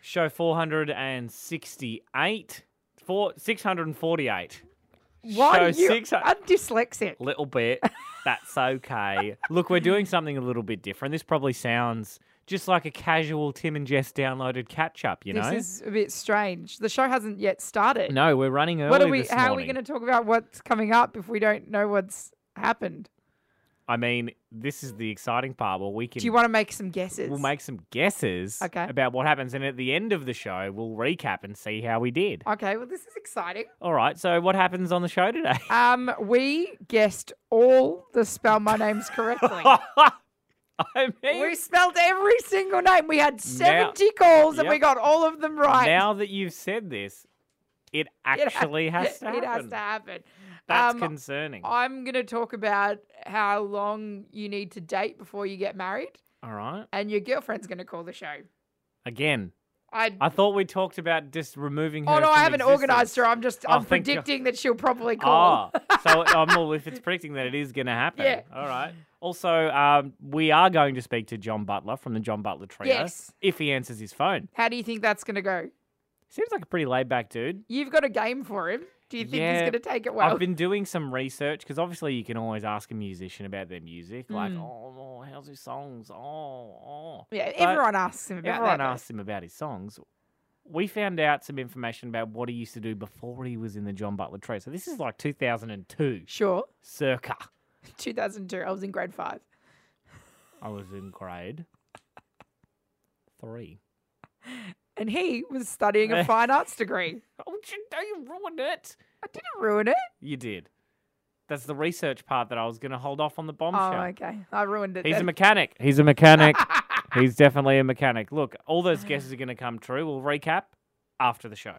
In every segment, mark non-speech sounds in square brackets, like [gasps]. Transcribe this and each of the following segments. Show 468. Four, 648. Why Show are you? six- I'm dyslexic. Little bit. That's okay. Look, we're doing something a little bit different. This probably sounds just like a casual Tim and Jess downloaded catch up, you know? This is a bit strange. The show hasn't yet started. no, we're running early. what are we? this How are we morning. going to talk about what's coming up if we don't know what's happened? I mean, this is the exciting part where we can. Do you want to make some guesses? We'll make some guesses Okay. about what happens, and at the end of the show, we'll recap and see how we did. Okay. Well, this is exciting. All right. So, what happens on the show today? Um, we guessed all the spell my [laughs] names correctly. I we mean, spelled every single name. We had 70 calls and we yep. got all of them right. [laughs] now that you've said this, it It ha- actually has to happen. [laughs] It has to happen. That's Um, concerning. I'm going to talk about how long you need to date before you get married, All right. and your girlfriend's going to call the show. Again, I, I thought we talked about just removing her. oh, no, I from haven't existence. organized her. I'm just Oh, I'm thank God. predicting that she'll probably call. Oh, so [laughs] um, well, if it's predicting that it is going to happen. Yeah. All right. Also, um, we are going to speak to John Butler from the John Butler Trio Yes. if he answers his phone. How do you think that's going to go? Seems like a pretty laid back dude. You've got a game for him. Do you think he's Yeah, going to take it well? I've been doing some research because obviously you can always ask a musician about their music, like, Mm. oh, oh, how's his songs? Oh, oh. [laughs] yeah, but everyone asks him about Everyone that. asks him about his songs. We found out some information about what he used to do before he was in the John Butler Trio. So this is like 2002, Sure. [laughs] circa. 2002. I was in grade five. I was in grade three. and he was [laughs] studying a fine arts degree. Oh, you, no, you ruined it. I didn't ruin it. You did. That's the research part that I was going to hold off on the bombshell. Oh, okay. I ruined it. He's a then. mechanic. He's a [laughs] mechanic. He's definitely a mechanic. Look, all those guesses are going to come true. We'll recap after the show.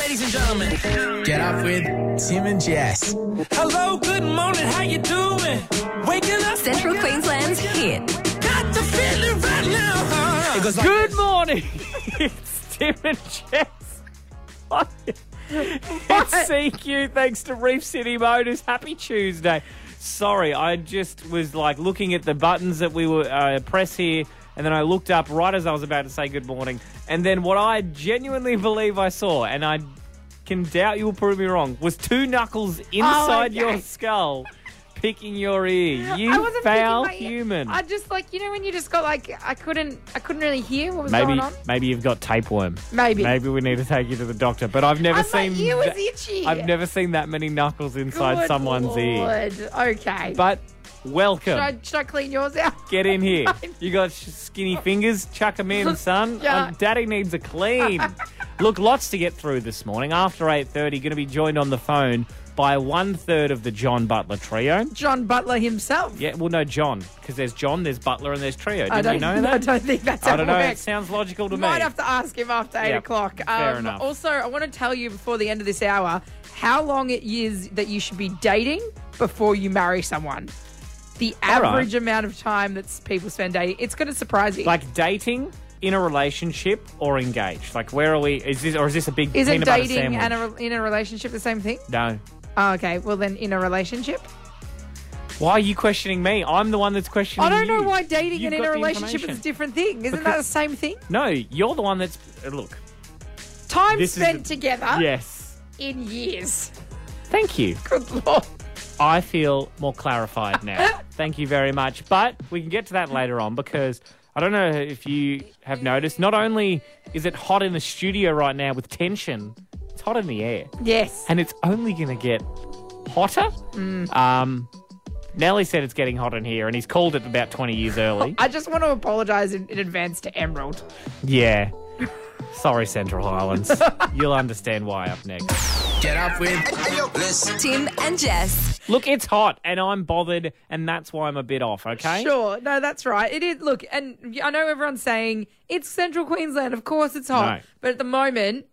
Ladies and gentlemen, Get up with Tim and Jess. hello, good morning, how you doing? Waking up, Central waking up, Queensland's hit. got the feeling right now. huh? Good morning. [laughs] it's Tim and Jess. it's CQ thanks to Reef City Motors. Happy Tuesday. Sorry, I just was like looking at the buttons that we were uh, press here, and then I looked up right as I was about to say good morning, and then what I genuinely believe I saw, and I can doubt you'll prove me wrong, was two knuckles inside Oh, okay. your skull. Picking your ear, you [laughs] I wasn't picking foul my ear. human. I just like you know when you just got like I couldn't I couldn't really hear what was Maybe, going on. maybe you've got tapeworm. Maybe. Maybe we need to take you to the doctor. But I've never And seen. my ear was tha- itchy. I've never seen that many knuckles inside Good someone's ear. Lord. Okay. But should, welcome. I, should I clean yours out? Get in [laughs] here. You got sh- skinny fingers. Chuck them in, son. Yeah. Uh, Daddy needs a [laughs] clean. Look, lots to get through this morning. After eight thirty, going to be joined on the phone by one third of the John Butler trio. John Butler himself. Yeah, well, no, John, because there's John, there's Butler, and there's trio. Did I don't you know that? [laughs] I don't think that's how I don't it know. It works. sounds logical to Might me. have to ask him after eight Yeah, o'clock. Um, fair enough. Also, I want to tell you before the end of this hour how long it is that you should be dating before you marry someone. The All right. average amount of time that s- people spend dating. It's going to surprise you. like dating in a relationship or engaged? Like where are we? Is this or is this a big isn't peanut butter dating sandwich? and a, re- in a relationship the same thing? no. Oh, okay, well then in a relationship. Why are you questioning me? I'm the one that's questioning. I don't know you. why dating You've and in got a the relationship is a information. different thing. Isn't that Because- the same thing? No, you're the one that's uh, look. Time This is spent the- together Yes. in [laughs] years. Thank you. Good lord. I feel more clarified [laughs] now. Thank you very much. But we can get to that later on because I don't know if you have noticed. Not only is it hot in the studio right now with tension, it's hot in the air. Yes. and it's only going to get hotter. Mm. Um, Nelly said it's getting hot in here, and he's called it about 20 years [laughs] early. I just want to apologise in, in advance to Emerald. yeah. Sorry, Central [laughs] Highlands. You'll understand why up next. Get up with Tim and Jess. Look, it's hot, and I'm bothered, and that's why I'm a bit off, okay? Sure, no, that's right. It is. Look, and I know everyone's saying it's Central Queensland. Of course, it's hot, No. but at the moment,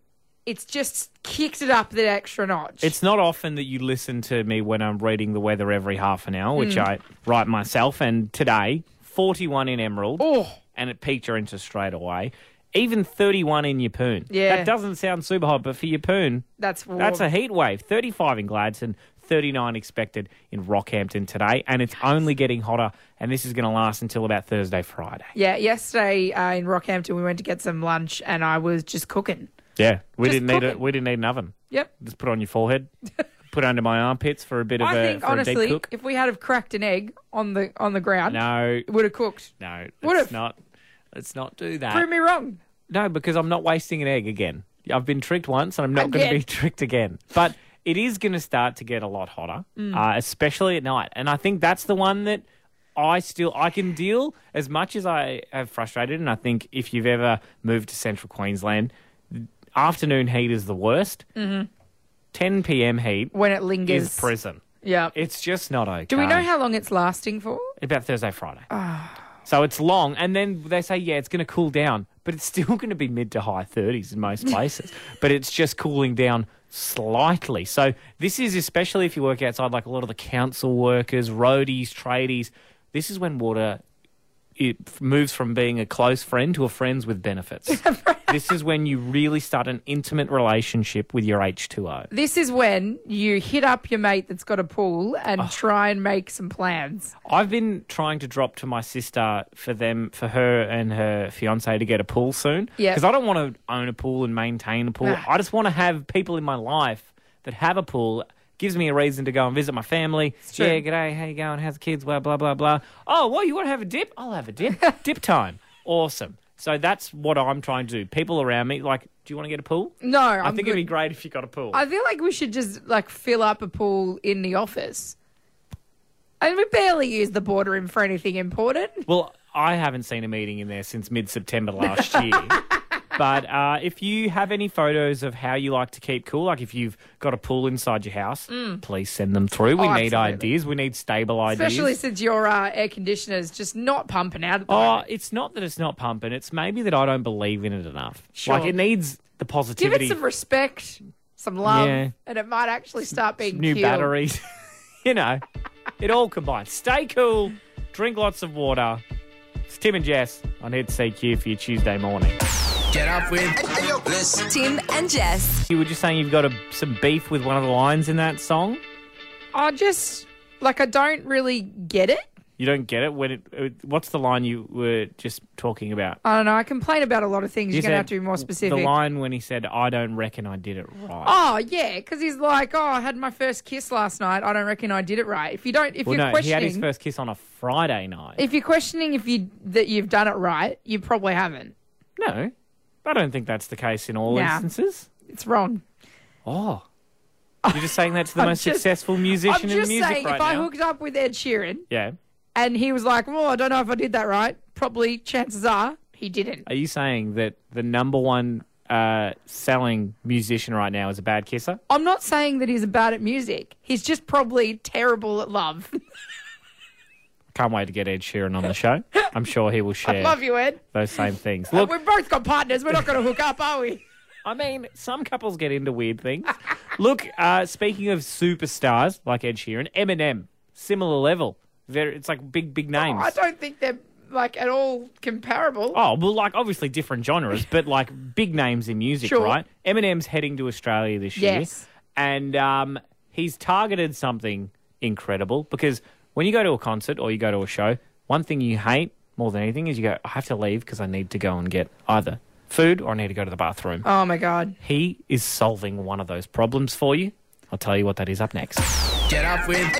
it's just kicked it up the extra notch. It's not often that you listen to me when I'm reading the weather every half an hour, Mm. which I write myself, and today, 41 in Emerald. oh, and it piqued her interest straight away. Even 31 in Yapoon. Yeah. That doesn't sound super hot, but for Yapoon, That's warm. that's a heat wave. 35 in Gladstone, 39 expected in Rockhampton today, and it's only getting hotter, and this is going to last until about Thursday, Friday. yeah, yesterday uh, in Rockhampton, we went to get some lunch and I was just cooking. Yeah, we Just didn't need a, cooking. we didn't need an oven. Yep. Just put it on your [laughs] forehead, put it under my armpits for a bit of I a, think for a deep honestly, cook. if we had have cracked an egg on the on the ground, No, it would have cooked. no, What let's if- not. Let's not do that. Prove me wrong. No, because I'm not wasting an egg again. I've been tricked once, and I'm not going to Again. be [laughs] tricked again. But it is going to start to get a lot hotter, Mm. uh, especially at night. And I think that's the one that I still I can deal as much as I have frustrated. And I think if you've ever moved to Central Queensland, afternoon heat is the worst. Mm-hmm. 10 p.m. heat When it lingers. is prison. yeah. It's just not okay. Do we know how long it's lasting for? About Thursday, Friday. So it's long, and then they say, yeah, it's going to cool down, but it's [laughs] still going to be mid to high 30s in most places. but it's just cooling down slightly. So this is especially if you work outside, like a lot of the council workers, roadies, tradies. This is when water it f- moves from being a close friend to a friends with benefits. this is when you really start an intimate relationship with your H2O. This is when you hit up your mate that's got a pool and Oh. try and make some plans. I've been trying to drop to my sister for them, for her and her fiance to get a pool soon. Yeah. Because I don't want to own a pool and maintain a pool. Nah. I just want to have people in my life that have a pool. Gives me a reason to go and visit my family. true. Yeah, g'day, how you going? How's the kids? Blah, blah, blah, blah. Oh, well, you want to have a dip? I'll have a [laughs] dip. dip time. Awesome. So that's what I'm trying to do. People around me, like, do you want to get a pool? No, I I'm think good. it'd be great if you got a pool. I feel like we should just like fill up a pool in the office. And we barely use the boardroom for anything important. Well, I haven't seen a meeting in there since mid September last [laughs] year. but uh, if you have any photos of how you like to keep cool, like if you've got a pool inside your house, please send them through. We Mm. Oh, need absolutely. ideas. We need stable ideas. Especially since your uh, air conditioner is just not pumping out at the oh, moment. it's not that it's not pumping. It's maybe that I don't believe in it enough. Sure. Like it needs the Give positivity. it some respect, some love, Yeah. and it might actually start being new killed. batteries. [laughs] you know, it all combines. Stay cool. Drink lots of water. It's Tim and Jess on Hit CQ for your Tuesday morning. Get up with Bliss. Tim and Jess. You were just saying you've got a, some beef with one of the lines in that song. I just like I don't really get it. You don't get it when it. uh, What's the line you were just talking about? I don't know. I complain about a lot of things. You You're gonna said have to be more specific. The line when he said, "I don't reckon I did it right." Oh yeah, because he's like, oh, I had my first kiss last night. I don't reckon I did it right. If you don't, if well, you're no, he questioning, had his first kiss on a Friday night. if you're questioning if you that you've done it right, you probably haven't. no, I don't think that's the case in all Nah. instances. It's wrong. Oh, you're just saying that to the [laughs] I'm most just- successful I'm musician in just music saying, right if now. I hooked up with Ed Sheeran yeah. and he was like, well, I don't know if I did that right. Probably, chances are, he didn't. Are you saying that the number one uh, selling musician right now is a bad kisser? I'm not saying that he's bad at music. He's just probably terrible at love. [laughs] Can't wait to get Ed Sheeran on the [laughs] show. I'm sure he will share love you, Ed. those same things. Look, We've both got partners. We're not going to hook up, are we? I mean, some couples get into weird things. Look, uh, speaking of superstars like Ed Sheeran, Eminem, similar level. Very, it's like big, big names. Oh, I don't think they're like at all comparable. Oh, well, like obviously different genres, but like big names in music, Sure. right? Eminem's heading to Australia this Yes. year. And um, he's targeted something incredible because when you go to a concert or you go to a show, one thing you hate more than anything is you go, I have to leave because I need to go and get either food or I need to go to the bathroom. oh my god. He is solving one of those problems for you. I'll tell you what that is up next. Get up with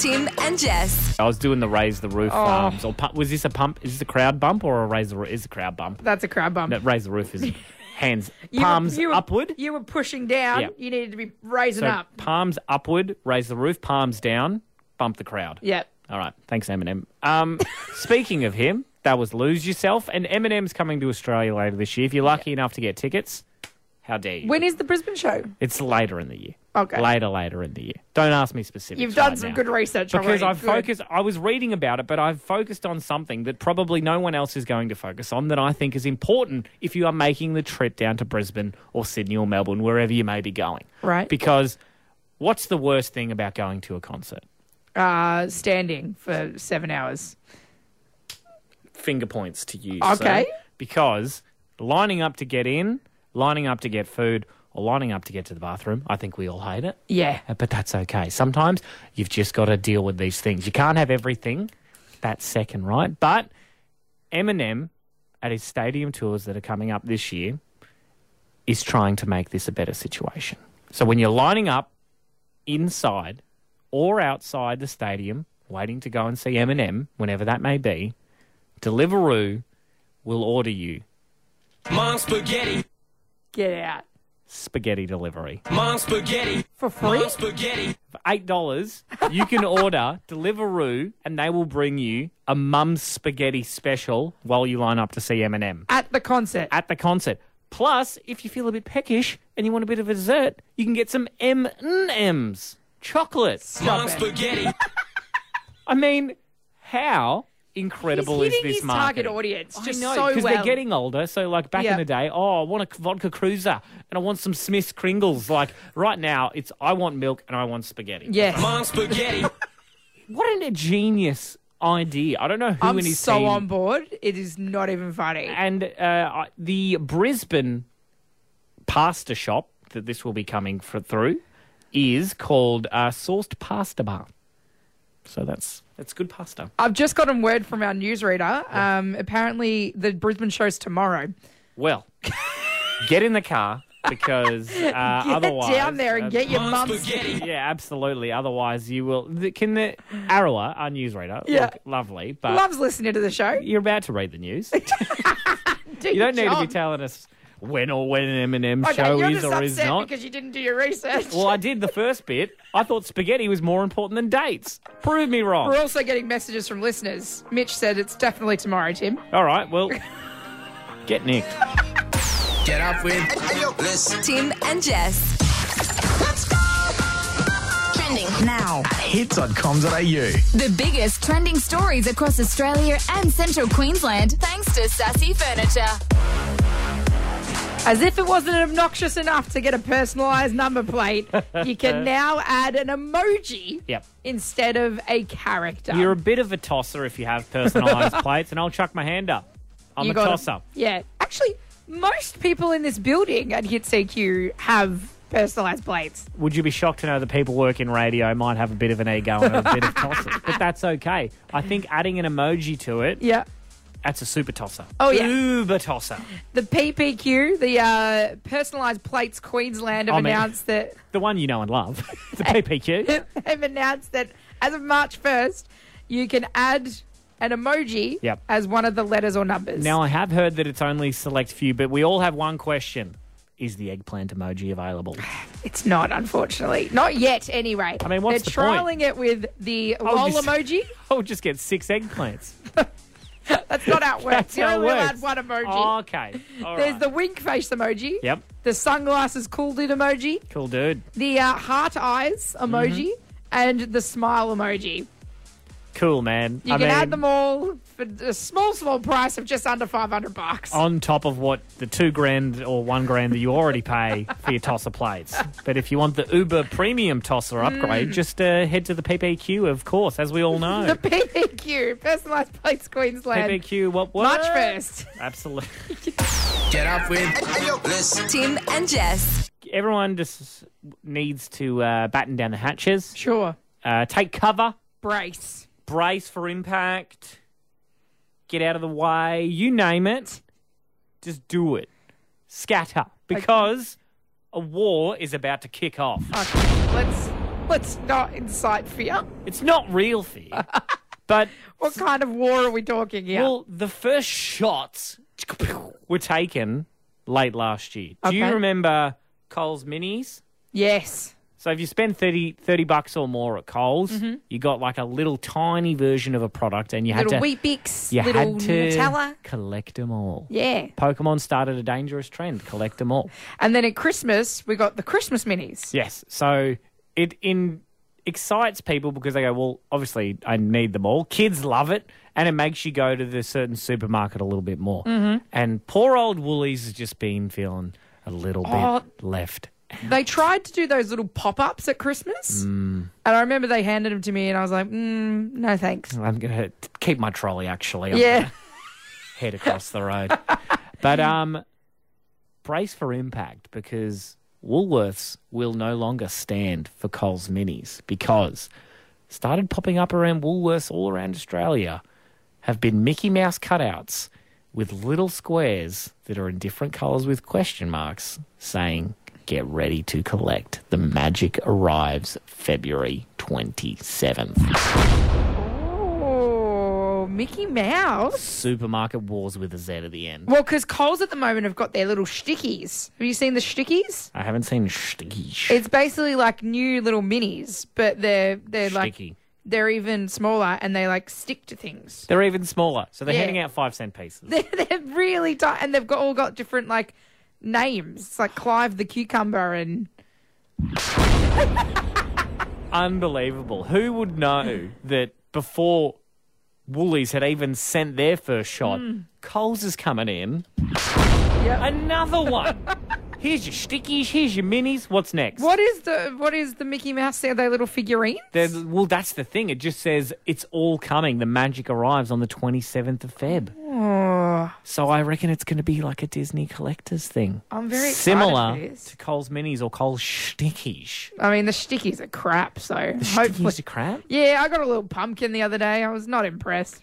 Tim and Jess. I was doing the raise the Oh. roof arms. Or pu- was this a pump? Is this a crowd bump or a raise the roof? Is a crowd bump? That's a crab bump. No, raise the roof [laughs] is hands You were- palms you were- upward. You were pushing down. Yeah. You needed to be raising So up. palms upward, raise the roof. Palms down, bump the crowd. Yep. All right. Thanks, Eminem. [laughs] Um, speaking of him, that was lose yourself. And Eminem's coming to Australia later this year. If you're lucky enough to get tickets, how dare you? When is the Brisbane show? it's later in the year. Okay. Later, later in the year. Don't ask me specifics. You've done right some now. good research because already. I've Good. focused. I was reading about it, but I've focused on something that probably no one else is going to focus on that I think is important if you are making the trip down to Brisbane or Sydney or Melbourne, wherever you may be going. Right. Because what's the worst thing about going to a concert? Uh, standing for seven hours. Finger points to you. Okay. so- because lining up to get in, lining up to get food, or lining up to get to the bathroom. I think we all hate it. Yeah. Uh, But that's okay. Sometimes you've just got to deal with these things. You can't have everything that second, right? But Eminem at his stadium tours that are coming up this year is trying to make this a better situation. So when you're lining up inside or outside the stadium, waiting to go and see Eminem, whenever that may be, Deliveroo will order you Mom spaghetti. Get out. spaghetti delivery. Mom spaghetti. For free? Mom spaghetti. For $8, you can order Deliveroo and they will bring you a mum's spaghetti special while you line up to see Eminem. At the concert. at the concert. Plus, if you feel a bit peckish and you want a bit of a dessert, you can get some M&Ms, chocolates. Mom spaghetti. I mean, how incredible He's is hitting this his marketing? target audience just I know, so because well. they're getting older. So, like back Yeah. in the day, oh, I want a vodka cruiser and I want some Smith's Kringles. Like right now, it's I want milk and I want spaghetti. yes. Mom spaghetti. [laughs] What an genius idea! I don't know who I'm in his so team on board. It is not even funny. and uh, I- the Brisbane pasta shop that this will be coming for, through is called uh, Sourced Pasta Bar. So that's that's good pasta. I've just gotten word from our newsreader. Um, apparently, the Brisbane show's tomorrow. Well, [laughs] get in the car because [laughs] uh, otherwise, get down there and uh, get your Mom mum's. spaghetti. Yeah, absolutely. Otherwise, you will. th- Can the Arawa, our newsreader, Yeah. look lovely, but Loves listening to the show. you're about to read the [laughs] news. Do you your don't need to be job. telling us when or when an M&M Okay, show you're is just or upset is not. because you didn't do your research. Well, I did the first bit. I thought spaghetti was more important than dates. Prove me wrong. We're also getting messages from listeners. Mitch said it's definitely tomorrow, Tim. All right, well, get nicked. Get off with. Listen. Tim and Jess. Trending. Now. Hits.com.au. The biggest trending stories across Australia and central Queensland thanks to Sassy Furniture. As if it wasn't obnoxious enough to get a personalised number plate, [laughs] you can now add an emoji Yep. instead of a character. You're a bit of a tosser if you have [laughs] personalised plates, and I'll chuck my hand up. I'm You a got it. tosser. Yeah. Actually, most people in this building at Hit CQ have personalised plates. Would you be shocked to know that people work in radio might have a bit of an ego and a bit [laughs] of tosser? But that's okay. I think adding an emoji to it, Yeah. that's a super tosser. Oh, yeah. Uber tosser. The PPQ, the uh, Personalised Plates Queensland, have Oh, man. announced that The one you know and love, [laughs] the PPQ. [laughs] have announced that as of March first, you can add an emoji Yep. as one of the letters or numbers. Now, I have heard that it's only select few, but we all have one question. Is the eggplant emoji available? [laughs] it's not, unfortunately, not yet. Anyway, I mean, what's they're the point? trialing it with the would lol you say- emoji. I'll Oh, just get six eggplants. That's [laughs] not how it works. That's You're how it only allowed works. one [laughs] emoji. okay. All There's right. the wink face emoji. Yep. The sunglasses cool dude emoji. Cool dude. The uh, heart eyes Mm-hmm. emoji. And the smile emoji. Cool man. You I can add mean, them all for a small, small price of just under 500 bucks. on top of what the two grand or one grand that you already pay for your tosser plates. But if you want the Uber premium tosser upgrade, just uh, head to the PPQ, of course, as we all know. Mm. [laughs] The PPQ, Personalised Plates Queensland. PPQ, what what? [laughs] March 1st. Absolutely. [laughs] Get off with. Listen. Tim and Jess. Everyone just needs to uh, batten down the hatches, Sure. uh, take cover, Brace. brace for impact, get out of the way, you name it, just do it. Scatter. Because a war is about to kick off. Okay, let's let's not incite fear. It's not real [laughs] fear, but What kind of war are we talking here? well, the first shots were taken late last year. Do you Okay. remember Coles Minis? yes. So if you spend 30, 30 bucks or more at Coles, you got like a little tiny version of a product, and you had Mm-hmm. Little to Wheat Bix, you little had to Nutella. collect them all. Yeah. Pokemon started a dangerous trend: collect them all. And then at Christmas, we got the Christmas minis. Yes. So it in excites people because they go, well, obviously I need them all. Kids love it, and it makes you go to the certain supermarket a little bit more. Mm-hmm. And poor old Woolies has just been feeling a little Oh. bit left. They tried to do those little pop ups at Christmas. Mm. And I remember they handed them to me, and I was like, mm, no Oh. thanks. I'm gonna keep my trolley actually. I'm Yeah. gonna head across the road. But um, brace for impact because Woolworths will no longer stand for Coles Minis because started popping up around Woolworths all around Australia have been Mickey Mouse cutouts with little squares that are in different colours with question marks saying, Get ready to collect. The magic arrives February 27th. Oh, Mickey Mouse. Supermarket Wars with a Z at the end. Well, because Coles at the moment have got their little stickies. Have you seen the stickies? I haven't seen Sticky. It's basically like new little minis, but they're they're like Sticky. they're even smaller and they like stick to things. [laughs] They're even smaller, so they're Yeah. handing out five cent pieces. They're, they're really tight, and they've got all got different like names. It's like Clive the cucumber and Unbelievable. Who would know that before Woolies had even sent their first shot, Hmm. Coles is coming in. Another one. [laughs] here's your stickies, here's your minis. What's next? what is the what is the Mickey Mouse? Are they little figurines? There's- well, that's the thing. It just says it's all coming. The magic arrives on the 27th of Feb. Oh, So I reckon it's going to be like a Disney collector's thing. I'm very excited similar for this. to Coles Minis or Coles Stickies. I mean, the stickies are crap. So hopefully, Stickies are crap. yeah, I got a little pumpkin the other day. I was not impressed.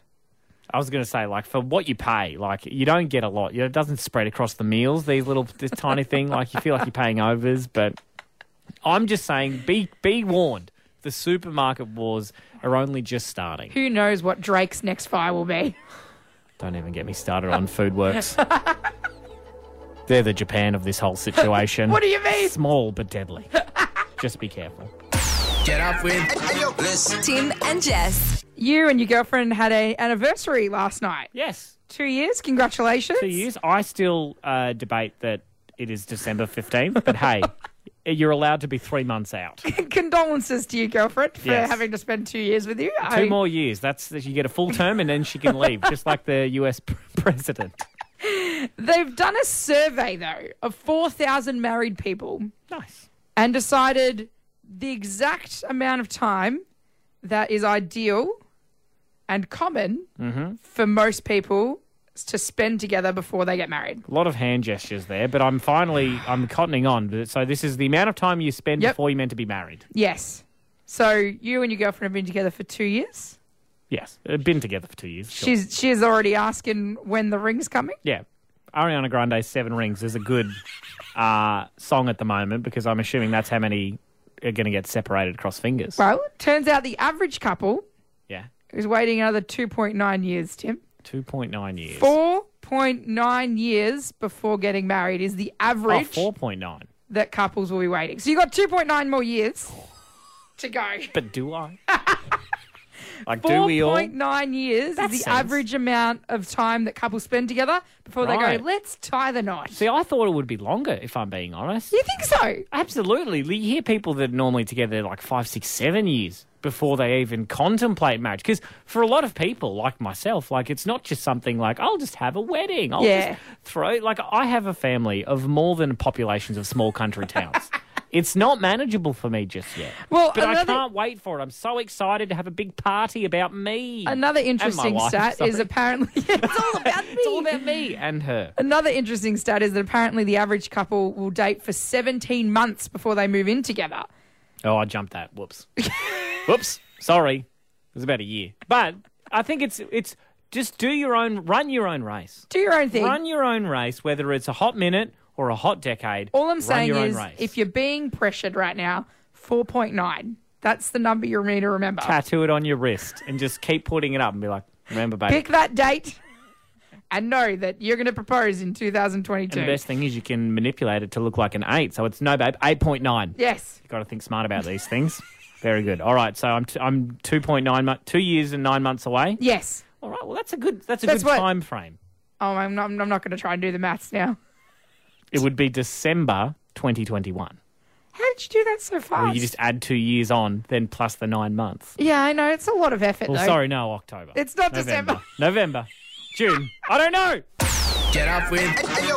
I was going to say, like, for what you pay, like, you don't get a lot. It doesn't spread across the meals, these little, this tiny thing. Like, you feel like you're paying overs, but I'm just saying, be be warned. The supermarket wars are only just starting. Who knows what Drake's next fire will be? [laughs] Don't even get me started on Foodworks. They're the Japan of this whole situation. [laughs] What do you mean? Small but deadly. just be careful. Get up with Bliss. Tim and Jess. You and your girlfriend had a anniversary last night. Yes, Two years. Congratulations. two years. I still uh, debate that it is December 15th, but [laughs] hey, you're allowed to be three months out. Condolences to your girlfriend for Yes. having to spend two years with you. Two more years. That's you get a full term and then she can leave, just like the U.S. pr- [laughs] president. They've done a survey though of four thousand married people Nice. and decided the exact amount of time that is ideal and common Mm-hmm. for most people to spend together before they get married. A lot of hand gestures there, but I'm finally I'm cottoning on. But- So this is the amount of time you spend Yep. before you're meant to be married. Yes. So you and your girlfriend have been together for two years. Yes, Uh, been together for two years. sure. She's she is already asking when the ring's coming. yeah. Ariana Grande's Seven Rings is a good uh, song at the moment because I'm assuming that's how many are going to get separated across fingers. Well, turns out the average couple Yeah, is waiting another two point nine years, Tim. two point nine years. Four point nine years before getting married is the Oh, average four point nine. that couples will be waiting. So you got two point nine more years to go. But do [laughs] I? like, do Four we all? point nine years is the sense. average amount of time that couples spend together before they Right. go. Let's tie the knot. See, I thought it would be longer, if I'm being honest. you think so? Absolutely. You hear people that are normally together like five, six, seven years before they even contemplate marriage. Because for a lot of people, like myself, like it's not just something like, I'll just have a wedding. I'll Yeah. just throw like I have a family of more than populations of small country [laughs] towns. it's not manageable for me just yet. Well, but I another- can't wait for it. I'm so excited to have a big party about me. Another and my interesting wife, stat [laughs] is sorry. apparently [laughs] it's all about [laughs] me. it's all about me and her. Another interesting stat is that apparently the average couple will date for 17 months before they move in together. Oh, I jumped that. Whoops. [laughs] Whoops. Sorry. It was about a year. But I think it's it's just do your own run your own race. Do your own thing. Run your own race, whether it's a hot minute or a hot decade. all I'm run saying your own is race. if you're being pressured right now, 4.9. That's the number you need to remember. tattoo it on your wrist and just keep putting it up and be like, remember, baby. Pick that date and know that you're going to propose in and the 2022. best thing is you can manipulate it to look like an eight. So it's no, babe, eight point nine. Yes. Got to think smart about these things. Very good. All right, so I'm t- I'm two point nine mo- two years and nine months away. Yes. All right, well that's a good that's a That's good what- time frame. Oh, I'm not, I'm not going to try and do the maths now. It would be December 2021. How did you do that so fast? You just add two years on, then plus the nine months. yeah, I know. It's a lot of effort, Well, though. sorry, no, October. It's not November. December. November. June. I don't know. Get up with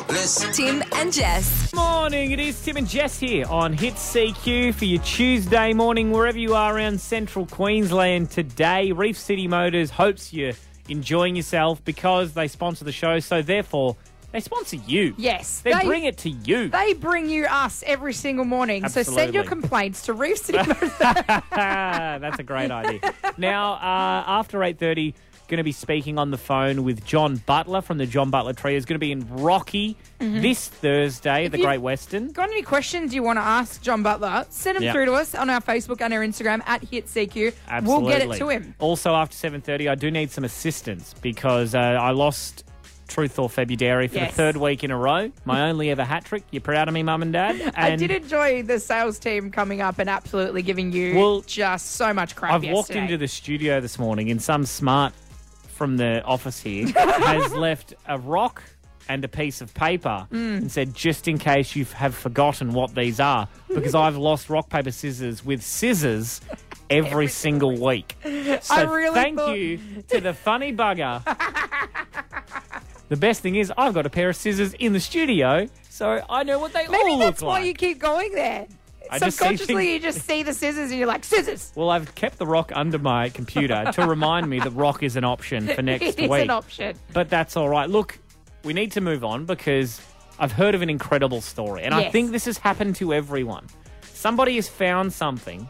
Bliss. Tim and Jess. Morning. It is Tim and Jess here on Hit CQ for your Tuesday morning, wherever you are around central Queensland today. Reef City Motors hopes you're enjoying yourself because they sponsor the show, so therefore They sponsor you. Yes, They, they- bring it to you. They bring you us every single morning. So send your Absolutely. complaints to [laughs] Reef City. Ah, [laughs] that's a great idea. Now, uh, after 8.30, going to be speaking on the phone with John Butler from the John Butler Trio. He's going to be in Rocky this Thursday at the Mm-hmm. you- Great Western. Got any questions you want to ask John Butler? Send them Yeah. through to us on our Facebook and our Instagram at HitCQ. Absolutely. We'll get it to him. Also, after 7.30, I do need some assistance because uh, I lost Truth or February for Yes. the third week in a row. My only ever hat trick. You proud of me, Mum and Dad? And [laughs] I did enjoy the sales team coming up and absolutely giving you Well, just so much crap. I've walked into the studio this morning and some smart from the office here [laughs] has left a rock and a piece of paper Mm. and said, just in case you have forgotten what these are, because [laughs] I've lost rock, paper, scissors with scissors every, single week. [laughs] So really thank thought- you to the funny [laughs] bugger. the best thing is I've got a pair of scissors in the studio, so I know what they Maybe all that's look why like. you keep going there. I just see Subconsciously, things- you just see the scissors and you're like, scissors. Well, I've kept the rock under my computer [laughs] to remind me that rock is an option [laughs] for next it's week. an option. But that's all right. Look, we need to move on because I've heard of an incredible story, and I Yes. think this has happened to everyone. Somebody has found something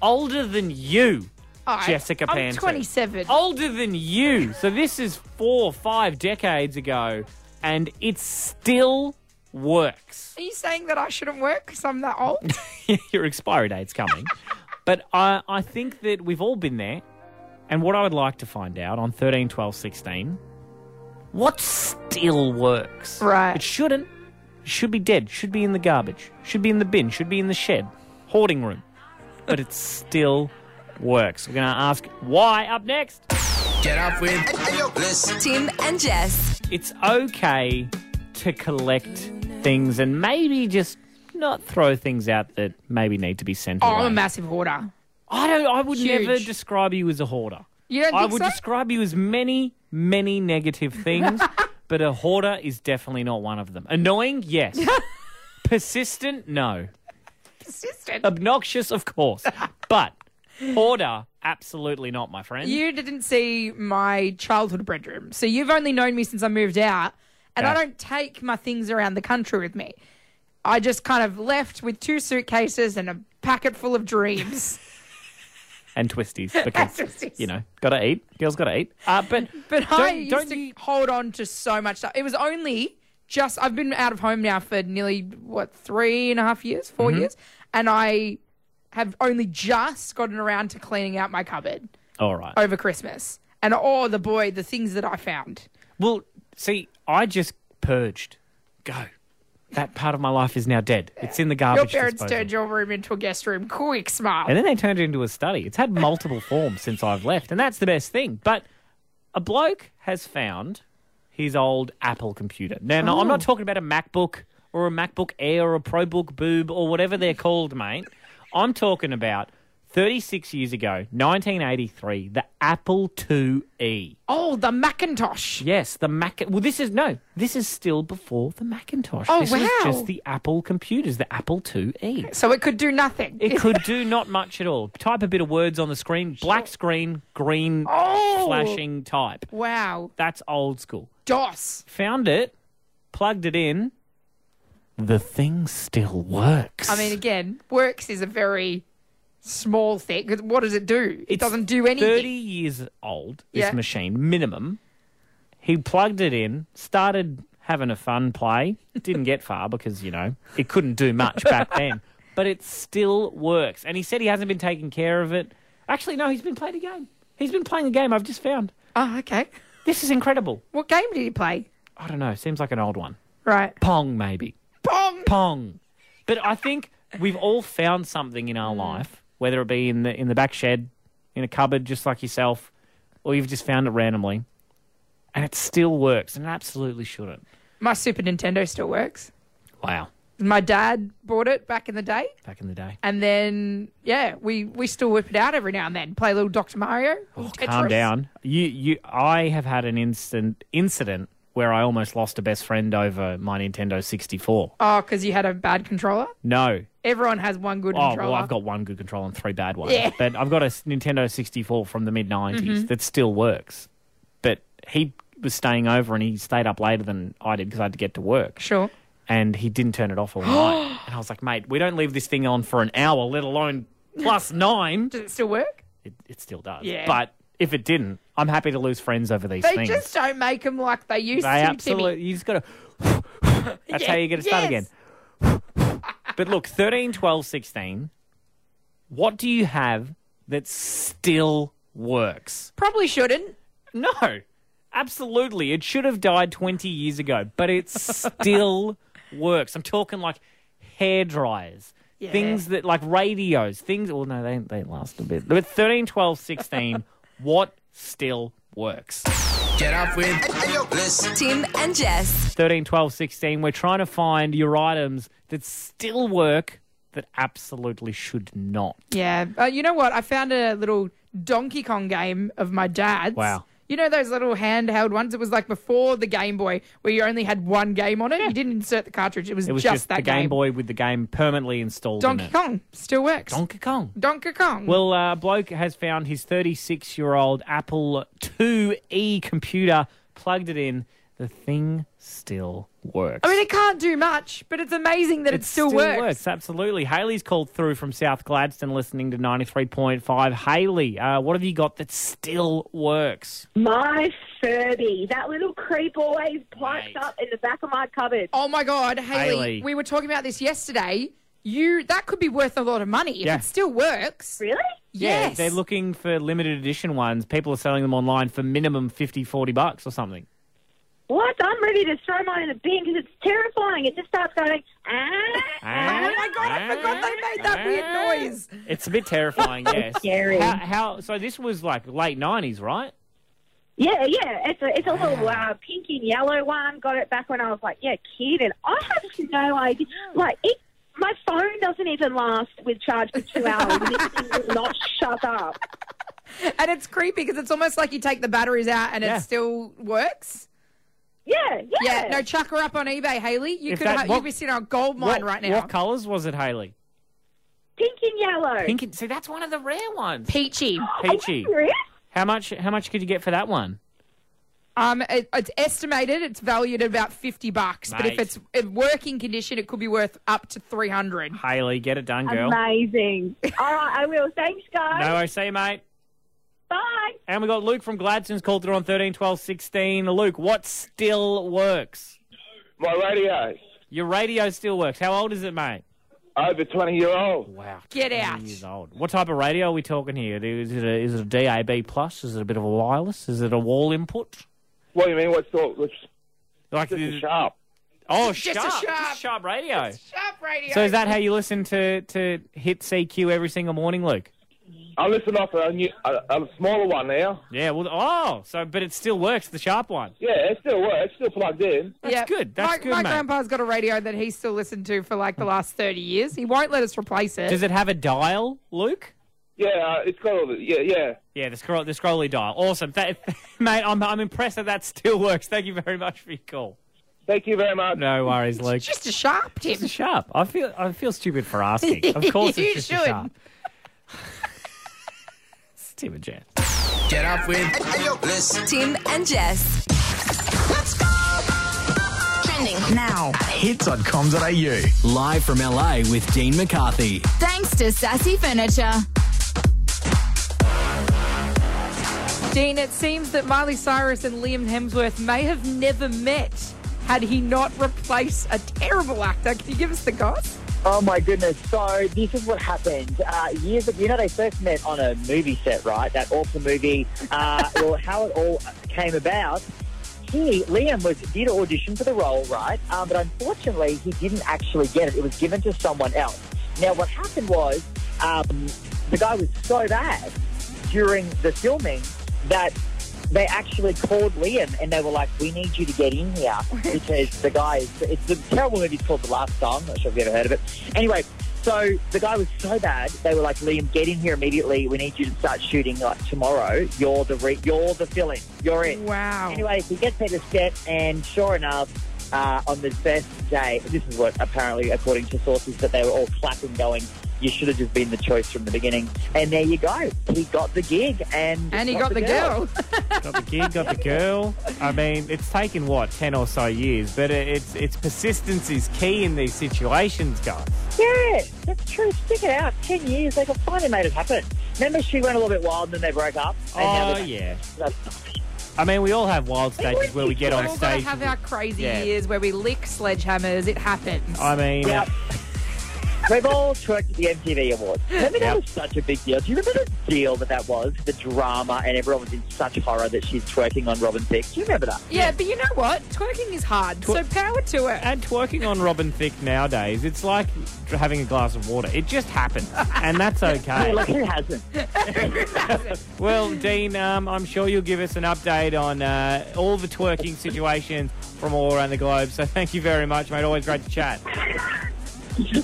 older than you, All right, Jessica I'm Panter. Oh. 27. Older than you. So this is four, five decades ago, and it still works. Are you saying that I shouldn't work because I'm that [laughs] old? your expiry date's coming. but I, I think that we've all been there. And what I would like to find out on 13, 12, 16, what still works? Right. It shouldn't. It should be dead. Should be in the garbage. Should be in the bin. Should be in the shed. Hoarding room. But it still works. We're going to ask why up next. Get up with Bliss. Tim and Jess. It's okay to collect things and maybe just not throw things out that maybe need to be sent oh, away. I'm a massive hoarder. I don't. I would Huge. never describe you as a hoarder. You don't I think would so? describe you as many, many negative [laughs] things, but a hoarder is definitely not one of them. Annoying, [laughs] yes. Persistent, no. Persistent. Obnoxious, of course, but hoarder, absolutely not, my friend. You didn't see my childhood bedroom. So you've only known me since I moved out, and I Yeah. don't take my things around the country with me. I just kind of left with two suitcases and a packet full [laughs] of dreams. and [laughs] twisties, because Twisties. you know, gotta eat. Girls gotta eat. Uh, but [laughs] But I Don't- used don't to you- hold on to so much stuff. It was only just I've been out of home now for nearly what three and a half years, 4 Mm-hmm. years, and I have only just gotten around to cleaning out my cupboard all right. over Christmas. And oh, the boy, the things that I found. Well, see, I just purged. Go. That part of my life is now dead. It's in the Your garbage. parents disposal. turned your room into a guest room. Quick, smart. And then they turned it into a study. It's had multiple forms since I've left, and that's the best thing. But a bloke has found his old Apple computer. Now, no, I'm Oh. not talking about a MacBook or a MacBook Air or a ProBook Boob or whatever they're called, mate. I'm talking about 36 years ago, 1983, the Apple IIe. Oh, the Macintosh. Yes, the Mac. Well, this is no. This is still before the Macintosh. Oh, this was wow. just the Apple computers, the Apple E. IIe. So it could do nothing. It could do not much at all. Type a bit of words on the screen, black screen, green Oh! flashing type. Wow. That's old school. DOS. Found it, plugged it in. The thing still works. I mean, again, works is a very small thing. 'Cause What does it do? It It's doesn't do anything. 30 years old, this Yeah. machine, minimum. He plugged it in, started having a fun play. Didn't get far because, you know, it couldn't do much [laughs] back then. But it still works. And he said he hasn't been taking care of it. Actually, no, he's been playing a game. He's been playing a game I've just found. Oh, okay. This is incredible. What game did you play? I don't know. Seems like an old one. Right. Pong, maybe. Pong. Pong. But I think we've all found something in our life, whether it be in the in the back shed, in a cupboard, just like yourself, or you've just found it randomly, and it still works, and it absolutely shouldn't. My Super Nintendo still works. Wow. My dad bought it back in the day, Back in the day. and then yeah, we we still whip it out every now and then. Play a little Doctor Mario. little Oh, Calm Tetris. down. You you. I have had an instant incident where I almost lost a best friend over my Nintendo 64. Oh, because you had a bad controller. No, Everyone has one good Oh, controller. well, I've got one good controller and three bad ones. Yeah. Mm-hmm. But I've got a s- Nintendo 64 from the mid 90s that still works. But he was staying over and he stayed up later than I did because I had to get to work. Sure. And he didn't turn it off [gasps] all night. And I was like, mate, we don't leave this thing on for an hour, let alone plus [laughs] nine. Does it still work? It, it still does. Yeah. But if it didn't, I'm happy to lose friends over these They things. just don't make them like they used They to. absolutely. You just [laughs] got to. That's how Yeah, you get it started yes. again. but look, 13, 12, 16. What do you have that still works? Probably shouldn't. No, absolutely. It should have died 20 years ago, but it still [laughs] works. I'm talking like hair dryers. Things that like radios, things. Well, no, they they last a bit. But 13, 12, [laughs] 16, what still works? Get up with Bliss. Tim and Jess. 13, 12, 16, we're trying to find your items that still work that absolutely should not. Yeah. Uh, you know what? I found a little Donkey Kong game of my dad's. Wow. You know those little handheld ones? It was like before the Game Boy, where you only had one game on it. You didn't insert the cartridge. It was, It was just, just, that the Game Boy with the game permanently installed in Donkey it. Kong still works. Donkey Kong. Donkey Kong. Well, uh, bloke has found his 36 year old Apple IIe computer, plugged it in. The thing still works. I mean, it can't do much, but it's amazing that it, still, works. Absolutely. Haley's called through from South Gladstone listening to 93.5. Haley, uh, what have you got that still works? My Furby, that little creep always pipes Mate. up in the back of my cupboard. Oh my God, Haley, Hayley. we were talking about this yesterday. You that could be worth a lot of money if Yeah. it still works. Really? Yeah, Yes. they're looking for limited edition ones. People are selling them online for minimum 50, 40 bucks or something. What? I'm ready to throw mine in the bin because it's terrifying. It just starts going, ah. Oh my God, I forgot they made that Eh? weird noise. It's a bit [laughs] terrifying, yes. Scary. How, how, so this was like late 90s, right? Yeah, yeah. It's a, it's a little uh, pink and yellow one. Got it back when I was like, yeah, kid. And I have no idea. Like, it, my phone doesn't even last with charge for two hours. this thing will not shut up. And it's creepy because it's almost like you take the batteries out and Yeah. it still works. Yeah, yeah. Yeah, no, chuck her up on eBay, Haley. You If could that- ha- what- you'd be sitting on a gold mine what, right now. What colours was it, Haley? pink and yellow. Pink. and- See, that's one of the rare ones. Peachy. Are you Peachy. serious? How much? How much could you get for that one? Um, it, it's estimated it's valued at about fifty bucks, but if Mate. it's in working condition, it could be worth up to three hundred. Haley, get it done, girl. Amazing. All right, I will. Thanks, guys. No, I see, mate. Bye. And we got Luke from Gladstone's called through on 13, 12, 16. Luke, what still works? My radio, Your radio still works. How old is it, mate? over 20 year old. Wow. Get out. years old. What type of radio are we talking here? Is it a, is it a DAB plus? Is it a bit of a wireless? Is it a wall input? What do you mean? What's all? What's Like just the- a sharp? oh, Just a sharp, sharp. just sharp radio. Sharp radio. So is that how you listen to to hit CQ every single morning, Luke? I listen off a, new, a, a smaller one now. Yeah. Well, oh, so but it still works. The sharp one. Yeah, it still works. It's still plugged in. That's good. That's my, good, My mate. grandpa's got a radio that he's still listened to for like the last thirty years. He won't let us replace it. Does it have a dial, Luke? Yeah, uh, it's got all the. Yeah, yeah. Yeah, the scroll, the scrolly dial. Awesome, Tha- [laughs] mate. I'm I'm impressed that that still works. Thank you very much for your call. Thank you very much. No worries, Luke. Just a sharp tip. It's sharp. I feel I feel stupid for [laughs] asking. Of course, You it's just should. A sharp. [laughs] Stupid Jan. Get up with Bliss. Tim and Jess. Hits.com.au. Live from LA with Dean McCarthy. Thanks to Sassy Furniture. Dean, it seems that Miley Cyrus and Liam Hemsworth may have never met had he not replaced a terrible actor. Can you give us the goss? Oh my goodness! So this is what happened uh, years ago. You know, they first met on a movie set, right? That awful movie. [laughs] Uh, well, how it all came about. He, Liam, was did audition for the role, right? Um, but unfortunately, he didn't actually get it. It was given to someone else. Now, what happened was um, the guy was so bad during the filming that they actually called Liam and they were like, "We need you to get in here because the guy is." It's a terrible movie. It's called The Last Song. I'm not sure if you've ever heard of it. Anyway, so the guy was so bad. They were like, "Liam, get in here immediately. We need you to start shooting like tomorrow. You're the re- you're the filling. You're in." Wow. Anyway, he gets there to set, and sure enough, uh, on the first day, this is what apparently, according to sources, that they were all clapping, going, You should have just been the choice from the beginning. And there you go. He got the gig, and And he got the girl. Got the gig, got the girl. I mean, it's taken what ten or so years, but it- it's it's persistence is key in these situations, guys. [laughs] Yeah, that's true. Stick it out. Ten years, they got finally made it happen. Remember, she went a little bit wild, and then they broke up. And now Oh they're- yeah. that's- I mean, we all have wild stages where we get we on all gotta stage. have our crazy Yeah. years where we lick sledgehammers. It happens. I mean, uh, Yep. We've all twerked at the MTV Awards. Remember that Yep. was such a big deal. Do you remember the deal that that was? The drama and everyone was in such horror that she's twerking on Robin Thicke. Do you remember that? yeah, but you know what? Twerking is hard, so power to it. and twerking on Robin Thicke nowadays, it's like having a glass of water. It just happens, and [laughs] that's okay. Hey, look, who hasn't? [laughs] Well, Dean, um, I'm sure you'll give us an update on uh, all the twerking situations from all around the globe. So thank you very much, mate. Always great to chat.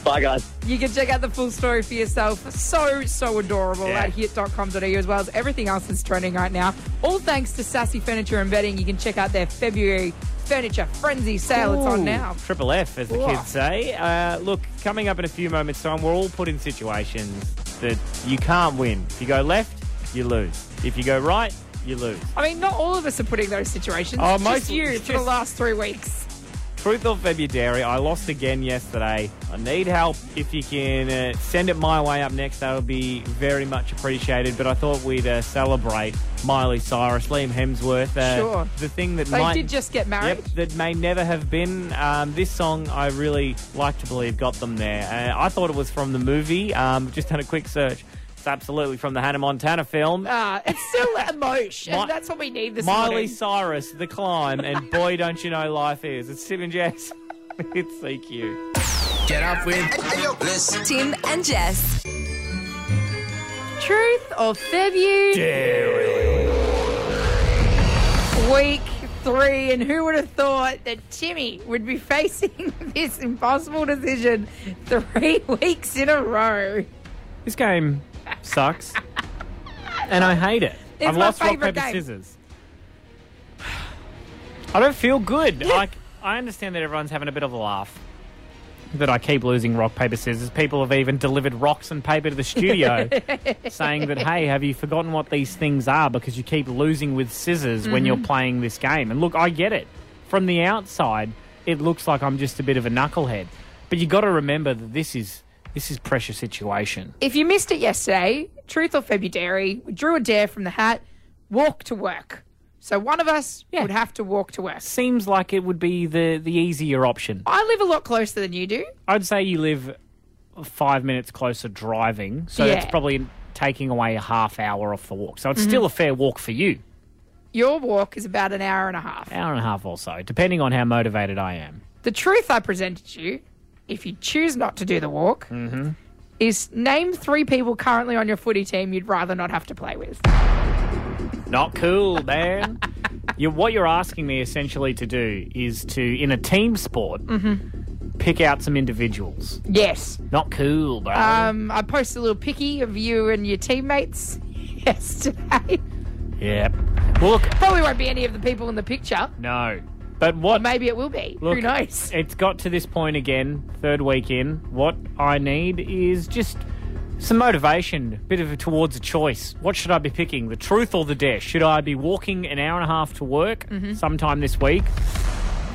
Bye, guys. You can check out the full story for yourself. So, so adorable Yeah. at hit.com.au as well as everything else that's trending right now. All thanks to Sassy Furniture and Bedding. You can check out their February Furniture Frenzy sale. It's on now. Triple F, as the Ooh. kids say. Uh, look, coming up in a few moments' time, we're all put in situations that you can't win. If you go left, you lose. If you go right, you lose. I mean, not all of us are putting those situations. Oh, just most- you for the just- last three weeks. Truth or February, I lost again yesterday. I need help. If you can uh, send it my way up next, that would be very much appreciated. But I thought we'd uh, celebrate Miley Cyrus, Liam Hemsworth. Uh, Sure. The thing that They might. did just get married. Yep, that may never have been. Um, this song, I really like to believe, got them there. Uh, I thought it was from the movie. Um, just done a quick search. It's absolutely from the Hannah Montana film. Ah, it's still a mosh, and Mi- that's what we need this Miley morning. Cyrus, The Climb, and boy, don't you know life is. It's Sid and Jess. [laughs] it's CQ. Get up with Bliss. Tim and Jess. Truth or February? Week three, and who would have thought that Timmy would be [laughs] facing this impossible decision three [laughs] weeks in a row? This game sucks, and I hate it. It's I've my lost rock favourite paper game. scissors. I don't feel good. Like I understand that everyone's having a bit of a laugh. That I keep losing rock paper scissors. People have even delivered rocks and paper to the [laughs] studio, saying that hey, have you forgotten what these things are? Because you keep losing with scissors when Mm-hmm. you're playing this game. And look, I get it. From the outside, it looks like I'm just a bit of a knucklehead. But you got to remember that this is this is pressure situation. If you missed it yesterday, Truth or February, we drew a dare from the hat, walk to work. So one of us would have to walk to work. seems like it would be the, the easier option. I live a lot closer than you do. I'd say you live five minutes closer driving, so Yeah. that's probably taking away a half hour off the walk. So it's still a fair walk for you, Your walk is about an hour and a half. hour and a half or so, depending on how motivated I am. The truth I presented you, if you choose not to do the walk, Mm-hmm. is name three people currently on your footy team you'd rather not have to play with. Not cool, man. you what you're asking me essentially to do is to, in a team sport, pick out some individuals. Yes. Not cool, bro. Um, I posted a little picky of you and your teammates [laughs] yesterday. yep. Well, look, Probably won't be any of the people in the picture. no. But what Maybe it will be. Look, Who knows? It's got to this point again, third week in. What I need is just some motivation, bit of a towards a choice. What should I be picking, the truth or the dare? Should I be walking an hour and a half to work Mm-hmm. sometime this week?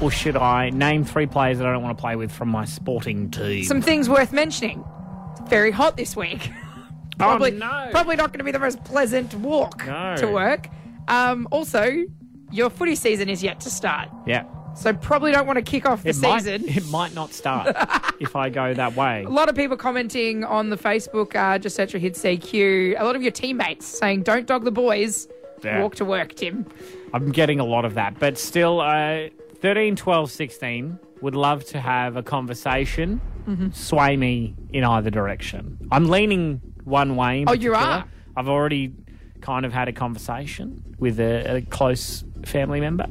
Or should I name three players that I don't want to play with from my sporting team? Some things worth mentioning. It's very hot this week. [laughs] probably, oh, no. probably not going to be the most pleasant walk No. to work. Um, also, your footy season is yet to start. yeah. So probably don't want to kick off the it might, [laughs] season. it might not start if I go that [laughs] way. A lot of people commenting on the Facebook, uh, just search for Hit CQ. A lot of your teammates saying, don't dog the boys. Yeah. Walk to work, Tim. I'm getting a lot of that, but still, uh, 13, 12, 16 would love to have a conversation. Mm-hmm. Sway me in either direction. I'm leaning one way. in Oh, you particular. are? I've already kind of had a conversation with a, a close family member,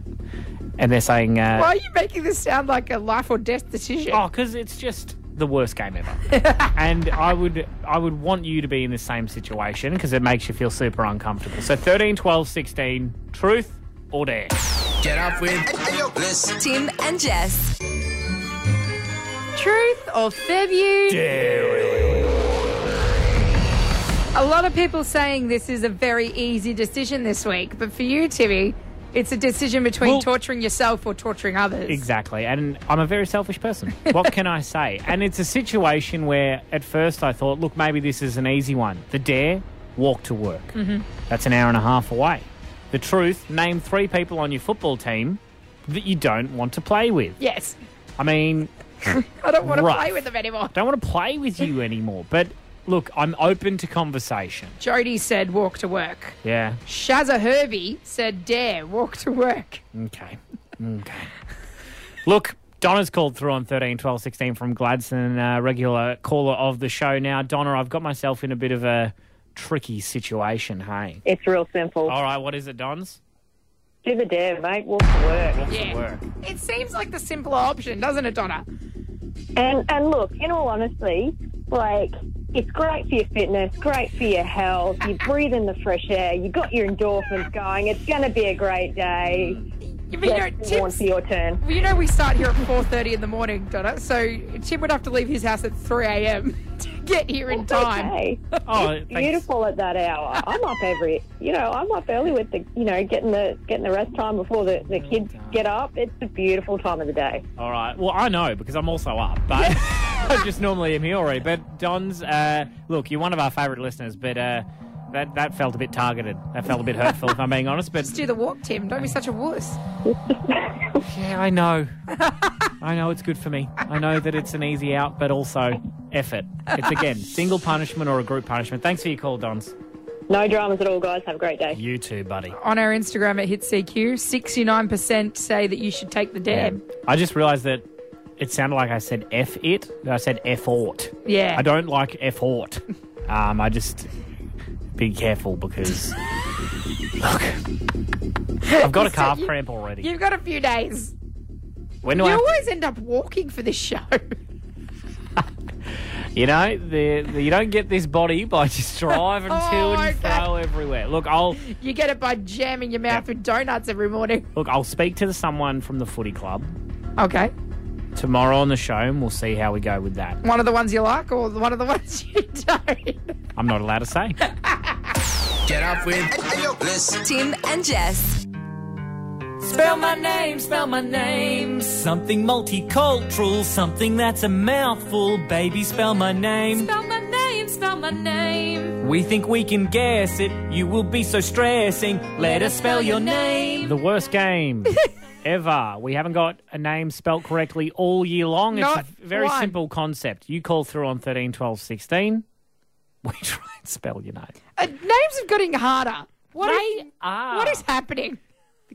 and they're saying, uh, Why are you making this sound like a life or death decision? "Oh, because it's just the worst game [laughs] ever." and I would, I would want you to be in the same situation because it makes you feel super uncomfortable. So 13, 12, 16, truth or dare. Get up with Bliss. Tim and Jess. Truth or February? A lot of people saying this is a very easy decision this week, but for you, Timmy, it's a decision between Well- torturing yourself or torturing others. Exactly. And I'm a very selfish person. What can I say? And it's a situation where at first I thought, look, maybe this is an easy one. The dare, walk to work. Mm-hmm. That's an hour and a half away. The truth, name three people on your football team that you don't want to play with. Yes. I mean, I don't want to Rough. play with them anymore. don't want to play with you anymore. But look, I'm open to conversation. Jody said walk to work. Yeah. Shazza Hervey said dare walk to work. Okay. Okay. Look, Donna's called through on 13, 12, 16 from Gladstone, uh, regular caller of the show now. Donna, I've got myself in a bit of a tricky situation, hey. It's real simple. All right, what is it, Don's? Do the dare, mate. Walk to work. What's the work? It seems like the simpler option, doesn't it, Donna? And and look, in all honesty, like it's great for your fitness, great for your health. You breathe in the fresh air. You got your endorphins going. It's going to be a great day. You mean, Yes, no, go on Tim's- for your turn. Well, you know we start here at 4.30 in the morning, Donna, so Tim would have to leave his house at 3 a.m. [laughs] to get here in It's time. okay. Oh, It's thanks. beautiful at that hour. I'm up every, you know, I'm up early with the, you know, getting the getting the rest time before the, the kids get up. It's a beautiful time of the day. All right. Well, I know because I'm also up, but [laughs] I just normally am here already. But Don's, uh, look, you're one of our favourite listeners, but uh, that, that felt a bit targeted. That felt a bit hurtful, if I'm being honest. But Just do the walk, Tim. Don't be such a wuss. Yeah, I know. I know it's good for me. I know that it's an easy out, but also effort. It's again single punishment or a group punishment. Thanks for your call, Dons. No dramas at all, guys. Have a great day. You too, buddy. On our Instagram at HitCQ, 69% say that you should take the dare. I just realised that it sounded like I said F it. I said F ought. Yeah. I don't like F ought. Um, I just be careful because look, I've got a calf cramp already. You've got a few days. when do You I? have to- always end up walking for this show. [laughs] You know, the, the, you don't get this body by [laughs] just driving to Oh, and okay. fro everywhere. Look, I'll you get it by jamming your mouth with donuts every morning. look. I'll speak to the, someone from the footy club Okay. tomorrow on the show, and we'll see how we go with that. One of the ones you like or one of the [laughs] ones you don't. I'm not allowed to [laughs] say. Get up with Bliss. Tim and Jess. Spell my name, spell my name. Something multicultural, something that's a mouthful. Baby, spell my name. Spell my name, spell my name. We think we can guess it. You will be so stressing. Let us spell your name. the worst [laughs] game ever. We haven't got a name spelt correctly all year long. Not it's a very one. simple concept. You call through on 13, 12, 16. [laughs] We try and spell your name. Uh, names are getting harder. What is- They are. Ah. What is happening?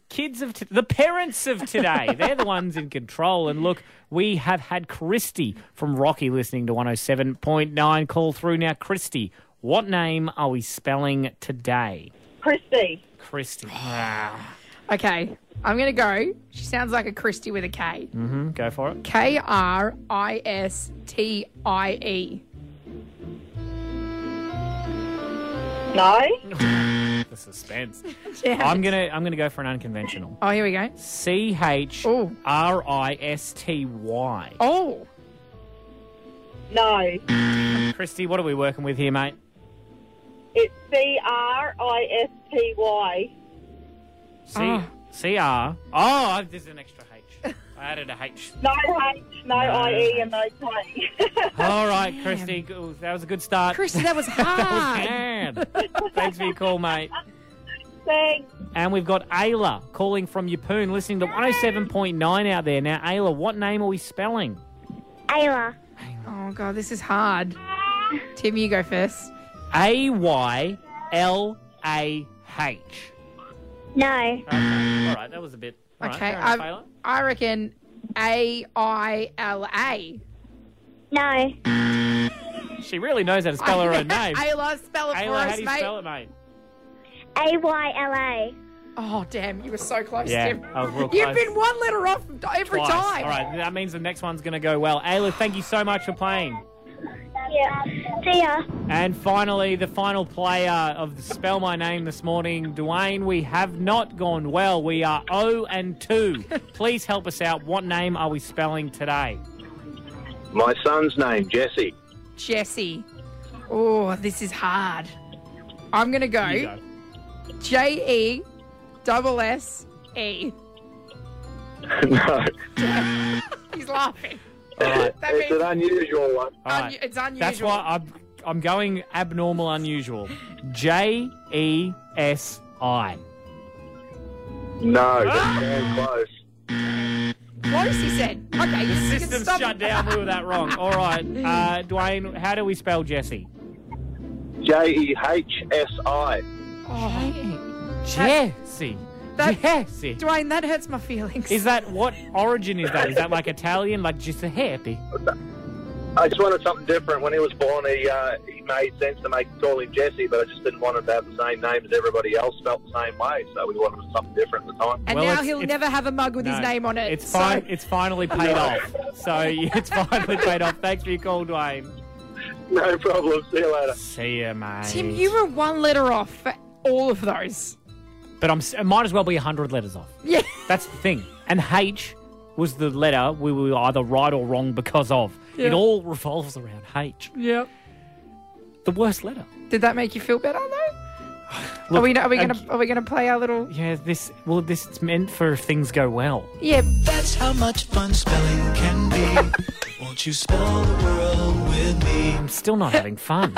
kids of t- the parents of [laughs] today they're the ones in control and look we have had christy from rocky listening to 107.9 call through now christy what name are we spelling today Christy. christy Ah, Okay, I'm going to go. She sounds like a Christie with a K. mhm, go for it [laughs] K R I S T I E. No. the suspense Yeah. i'm gonna i'm gonna go for an unconventional Oh, here we go. Ooh. c-h-r-i-s-t-y Oh, No. christy what are we working with here mate It's C R I S T Y. c Ah. c-r oh there's an extra h i added a [laughs] h No H, no I E, and no K. All right, Christy, go- that was a good start. Oh, Christy, that was [laughs] [laughs] hard. That was bad. Thanks for your call, mate. [laughs] Thanks. And we've got Ayla calling from Yapoon, listening to 107.9 out there. Now, Ayla, what name are we spelling? Ayla. Oh, God, this is hard. Tim, you go first. A Y L A H. No. Okay, all right, that was a bit. all right, Okay, um, fair enough, I've- Ayla. I reckon A I L A. No. She really knows how to spell her [laughs] own name. Ayla, spell it for Ayla, us, how do you mate. spell it, mate? A Y L A. Oh, damn, you were so close, Yeah, Tim. I was real You've close. been one letter off every Twice. time. All right, that means the next one's going to go well. Ayla, thank you so much for playing. Yeah. See ya. And finally, the final player of the Spell My Name this morning, Dwayne. We have not gone well. We are 0 and [laughs] 2. Please help us out. What name are we spelling today? My son's name, Jesse. Jesse. Oh, this is hard. I'm gonna You go go. J E double S E. [laughs] no. He's laughing. All right. That it's means- an unusual one. All right. Un- it's unusual. That's why I'm I'm going abnormal, unusual. J E S I. No, that's damn close. Close, he said. Okay, you you can System stop. shut down. [laughs] We were that wrong. All right, uh, Dwayne. How do we spell Jesse? J E H S I. Jesse. That- Jesse. Oh, Dwayne, that hurts my feelings. Is that what origin is that? Is that like Italian, like Giuseppe? I just wanted something different. When he was born, he uh, he made sense to make call him Jesse, but I just didn't want him to have the same name as everybody else, spelt the same way. So we wanted something different at the time. and Well, now it's- he'll it's- never have a mug with his No, name on it. It's so- fine. It's [laughs] finally paid off. So it's finally paid off. Thanks for your call, Dwayne. No problem. See you later. See ya, mate. Tim, you were one letter off for all of those. [laughs] But I'm. s- It might as well be hundred letters off. Yeah. That's the thing. And H was the letter we were either right or wrong because of. Yeah. It all revolves around H. Yep. The worst letter. Did that make you feel better though? Look, are we are we and- gonna are we gonna play our little Yeah. This. Well, this it's meant for if things go well. Yeah. That's how much fun spelling can be. Won't you spell the world with me? I'm still [laughs] not having fun.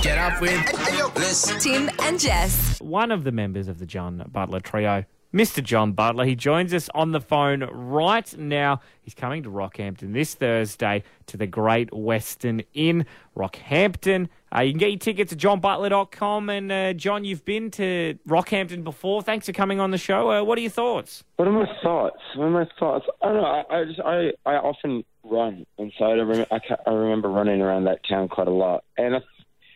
Get up with Liz. Tim and Jess. One of the members of the John Butler Trio, Mr. John Butler, he joins us on the phone right now. He's coming to Rockhampton this Thursday to the Great Western Inn, Rockhampton. Uh, you can get your tickets at johnbutler.com. And uh, John, you've been to Rockhampton before. Thanks for coming on the show. Uh, what are your thoughts? What are my thoughts? What are my thoughts? I don't know. I, I just I, I often run, and so I, don't rem- I, ca- I remember running around that town quite a lot. And I,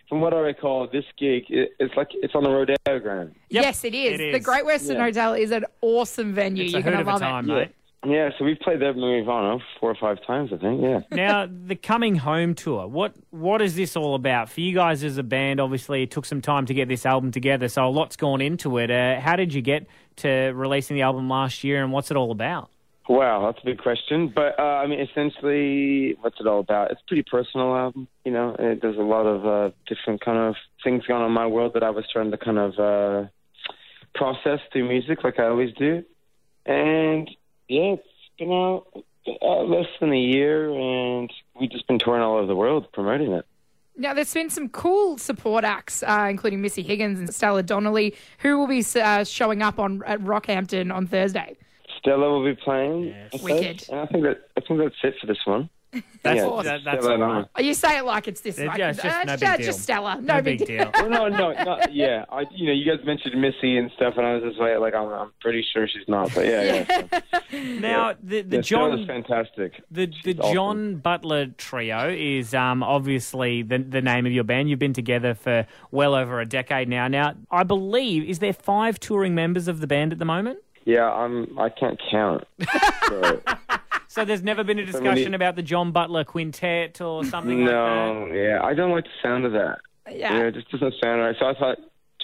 from what I recall, this gig it, it's like it's on the rodeogram. Yes, it is. It is. The Great Western Yeah. Hotel is an awesome venue. You're gonna love it. mate. Yeah, so we've played that movie Vano four or five times, I think. Yeah. now, the coming home tour. What what is this all about for you guys as a band? Obviously, it took some time to get this album together, so a lot's gone into it. Uh, how did you get to releasing the album last year, and what's it all about? Wow, that's a big question. But uh, I mean, essentially, what's it all about? It's a pretty personal album, you know. It, there's a lot of uh, different kind of things going on in my world that I was trying to kind of uh, process through music, like I always do. And yeah, it's been out uh, less than a year, and we've just been touring all over the world promoting it. Now, there's been some cool support acts, uh, including Missy Higgins and Stella Donnelly, who will be uh, showing up on at Rockhampton on Thursday. Stella will be playing. I think, Wicked. And I think that I think that's it for this one. That's yeah, awesome. That- just that's Stella and all right. I. Oh, You say it like it's this. Yeah, like, yeah, it's just uh, no big yeah, deal. just Stella. No, big, deal. well, no, no, no, yeah. I, you know, you guys mentioned Missy and stuff, and I was just like, like I'm, I'm pretty sure she's not, but yeah, [laughs] yeah. Now, the, the yeah, John. Stella's fantastic. The the awesome. John Butler Trio is um, obviously the the name of your band. You've been together for well over a decade now. Now, I believe is there five touring members of the band at the moment? Yeah, I'm. I can't count. So, So there's never been a So many- discussion about the John Butler Quintet or something like no, yeah, I don't like the sound of that. Yeah. it just doesn't sound right. So I thought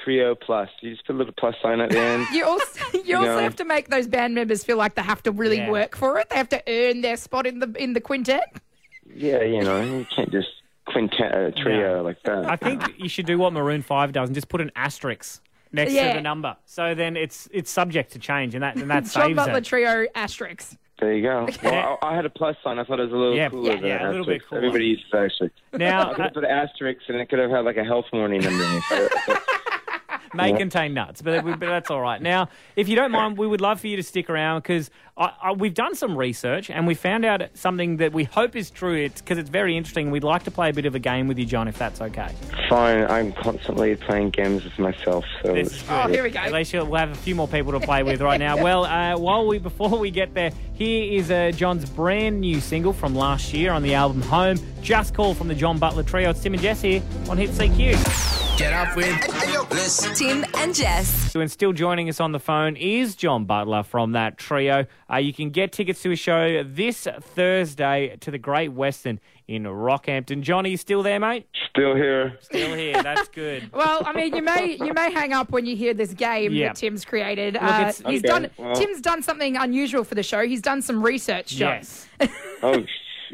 trio plus. You just put a little plus sign at [laughs] the end. You also [laughs] you, You also know. have to make those band members feel like they have to really Yeah. work for it. They have to earn their spot in the in the quintet. yeah, you know, you can't just quintet a trio like that. that? I think you should do what Maroon Five does and just put an asterisk next Yeah. to the number. So then it's it's subject to change, and that and that [laughs] John saves Butler it. Trio asterisk. There you go. Well, I, I had a plus sign. I thought it was a little Yeah, cooler yeah, than yeah, an a little bit asterisk. cooler. Everybody uses asterisk. Now- [laughs] I could have put an asterisk, and it could have had like a health warning underneath. [laughs] may Yeah. contain nuts, but, it would- but that's all right. Now, if you don't mind, we would love for you to stick around because I, I, we've done some research and we found out something that we hope is true. It's because it's very interesting. We'd like to play a bit of a game with you, John, if that's okay. Fine, I'm constantly playing games with myself. So it's- go. At least you'll- we'll have a few more people to play with right now. Well, uh, while we before we get there, here is uh, John's brand new single from last year on the album Home. Just call from the John Butler Trio. It's Tim and Jess here on Hit CQ. Get up with Liz. Tim and Jess. So, and still joining us on the phone is John Butler from that trio. Uh, you can get tickets to a show this Thursday to the Great Western in Rockhampton. John, are you still there, mate? Still here. Still here. That's [laughs] good. Well, I mean, you may you may hang up when you hear this game Yeah. that Tim's created. Look, uh, it's- he's Okay, done. well- Tim's done something unusual for the show. He's done some research. John. Yes. oh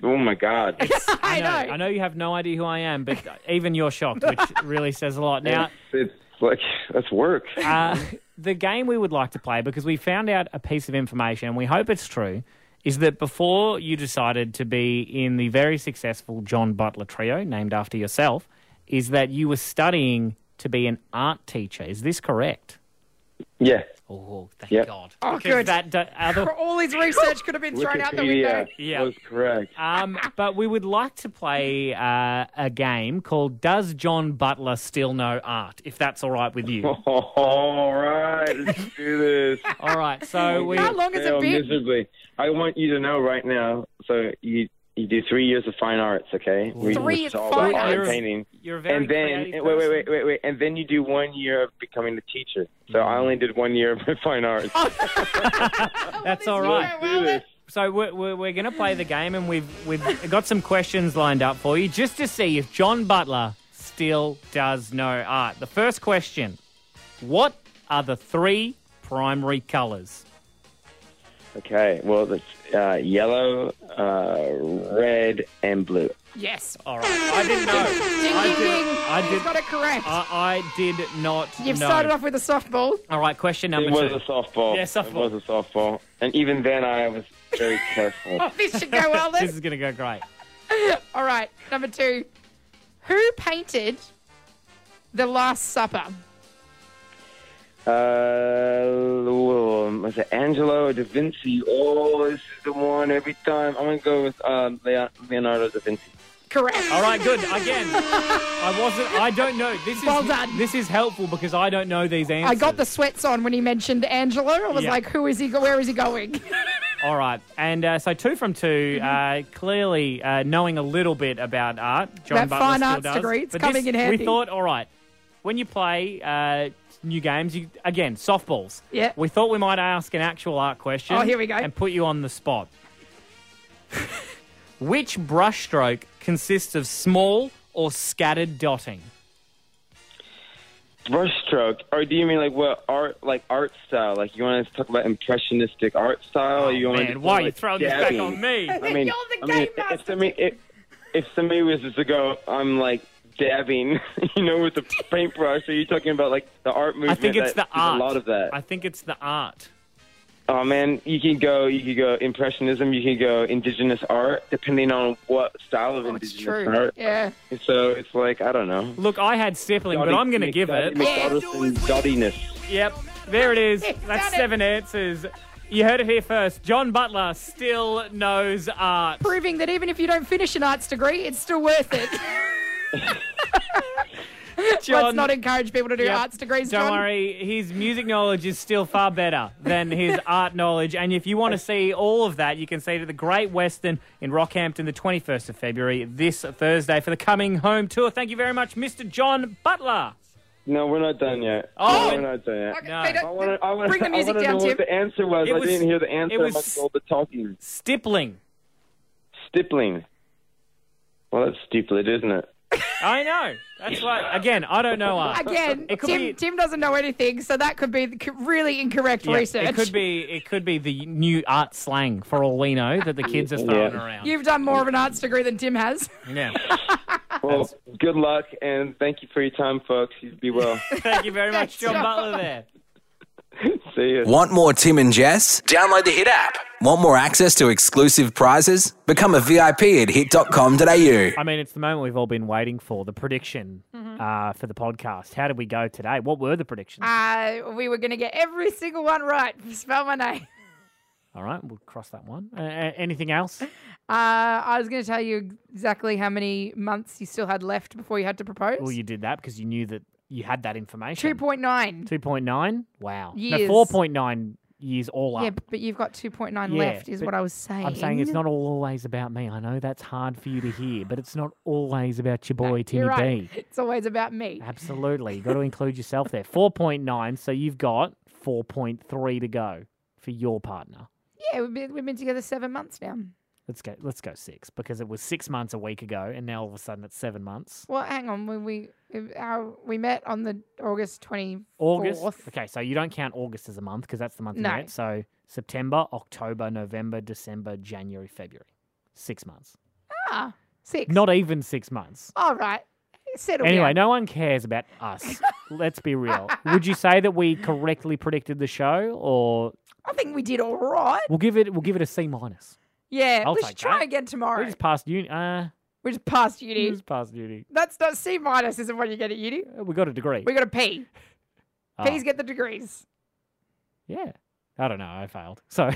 oh [laughs] my god. I know. I know you have no idea who I am, but even you're shocked, which really says a lot. Now, it's, it's like that's work. uh, the game we would like to play because we found out a piece of information and we hope it's true is that before you decided to be in the very successful John Butler trio named after yourself is that you were studying to be an art teacher is this correct yeah oh thank Yep. god Oh, Because good. that do- [laughs] other- All his research could have been thrown out the window. Wikipedia was correct. um, but we would like to play uh, a game called Does John Butler Still Know Art? If that's all right with [laughs] Uh, you. [laughs] All right, let's do [laughs] this. All right, so uh, we. How long has it Fail been? Miserably. I want you to know right now. So you you do three years of fine arts, okay? We Three years just all of fine about art and arts. painting. You're a very And then creative and wait, wait, person. wait, wait, wait, and then you do one year of becoming a teacher. So I Mm. only did one year of [laughs] my fine arts. Oh, That's all right. So we're, we're, we're going to play the game, and we've we've got some questions lined up for you just to see if John Butler still does know art. The first question: What are the three primary colours? Okay, well, that's uh, yellow, uh, red, and blue. Yes. All right, I didn't know. Ding, Oh, I ding, did- ding. I He's did- got it correct. I, I did not. You've know. started off with a [laughs] softball. All right, question number It was two. a softball. Yeah, It was a softball. And even then, I was [laughs] very careful. Oh, this should go well this then. is going to go great. All right, number two. Who painted The Last Supper? Uh, well, was it Angelo da Vinci? Oh, this is the one every time. I'm gonna go with um, Lea- Leonardo da Vinci. Correct. All right, good. Again, I wasn't. I don't know. This is Well done. this is helpful because I don't know these answers. I got the sweats on when he mentioned Angelo. I was Yeah. like, who is he? go- Where is he going? All right, and uh, so two from 2 Mm-hmm. uh, clearly uh, knowing a little bit about art. John That Butler fine still arts does. degree, it's But coming this- in handy. We thought, all right, when you play uh, new games, you again softballs. Yeah. We thought we might ask an actual art question. Oh, here we go. And put you on the spot. [laughs] Which brushstroke consists of small or scattered dotting? Brushstroke, or do you mean like what art, like art style? Like you want to talk about impressionistic art style? or you want Oh, Man, why are you throwing this back on [laughs] me? I mean, You're the I mean, game master. If somebody, if, if somebody was just to go, I'm like dabbing, [laughs] you know, with the paintbrush. Are you talking about like the art I movement? think it's the that- there's art. A lot of that. I think it's the art. Oh man, you can go, you can go impressionism, you can go indigenous art, depending on what style Oh, of it's indigenous true. art. Yeah. So it's like I don't know. Look, I had stippling, but I'm going to give it. dottiness. Yep, there it [laughs] is. He's done That's it. seven answers. You heard it here first. John Butler still knows art. Proving that even if you don't finish an arts degree, it's still worth [laughs] it. Let's John, not encourage people to do Yep. arts degrees, don't John. worry, his music knowledge is still far better than [laughs] his art knowledge. And if you want to see all of that, you can see it at the Great Western in Rockhampton the 21st of February this Thursday for the coming home tour. Thank you very much, Mr. John Butler. No, we're not done yet. Oh. no, we're not done yet. Okay, No. they I don't- want to. I want Bring the music I wanna down, know Tim. what the answer was. It I was- didn't hear the answer. it was- I must all the talking. Stippling. Stippling. Well, that's stupid, isn't it? I know. That's why, again, I don't know art. [laughs] Again, It could Tim, be- Tim doesn't know anything, so that could be c- really incorrect Yeah, research. It could be it could be the new art slang for all we know that the kids are throwing Yeah. around. You've done more of an arts degree than Tim has. [laughs] Yeah. Well, good luck and thank you for your time, folks. You be well. [laughs] Thank you [laughs] very much, John Butler there. See you. Want more Tim and Jess? Download the Hit app. Want more access to exclusive prizes? Become a VIP at hit.com.au. I mean, it's the moment we've all been waiting for, the prediction uh, for the podcast. How did we go today? What were the predictions? Mm-hmm. Uh, we were going to get every single one right. [laughs] Spell my name. all right, we'll cross that one. Uh, a- anything else? Uh, I was going to tell you exactly how many months you still had left before you had to propose. Well, you did that because you knew that you had that information. 2.9. 2.9? Wow. Years. No, 4.9 years all up. Yeah, but you've got 2.9 Yeah, left, is but what I was saying. I'm saying it's not all always about me. I know that's hard for you to hear, but it's not always about your boy, Timmy You're right. B. It's always about me. Absolutely. You've got to include yourself there. 4.9, so you've got 4.3 to go for your partner. Yeah, we've been, we've been together seven months now. Let's go let's go 6 because it was 6 months a week ago and now all of a sudden it's 7 months. Well, hang on. When we if our, we met on the August 24th. August. Okay, so you don't count August as a month because that's the month you No. met. So September, October, November, December, January, February. 6 months. Ah, six. Not even six months. All right. Settle Anyway, down. no one cares about us. Let's be real. Would you say that we correctly predicted the show, or I think we did all right. we'll give it we'll give it a C minus? Yeah, I'll we should take try that. again We tomorrow. just passed uni. Uh, We just passed we uni. just passed uni. Uh, That's not C minus, isn't what you get at uni. We got a degree. We got a P. Oh, P's get the degrees. yeah. I don't know. I failed. So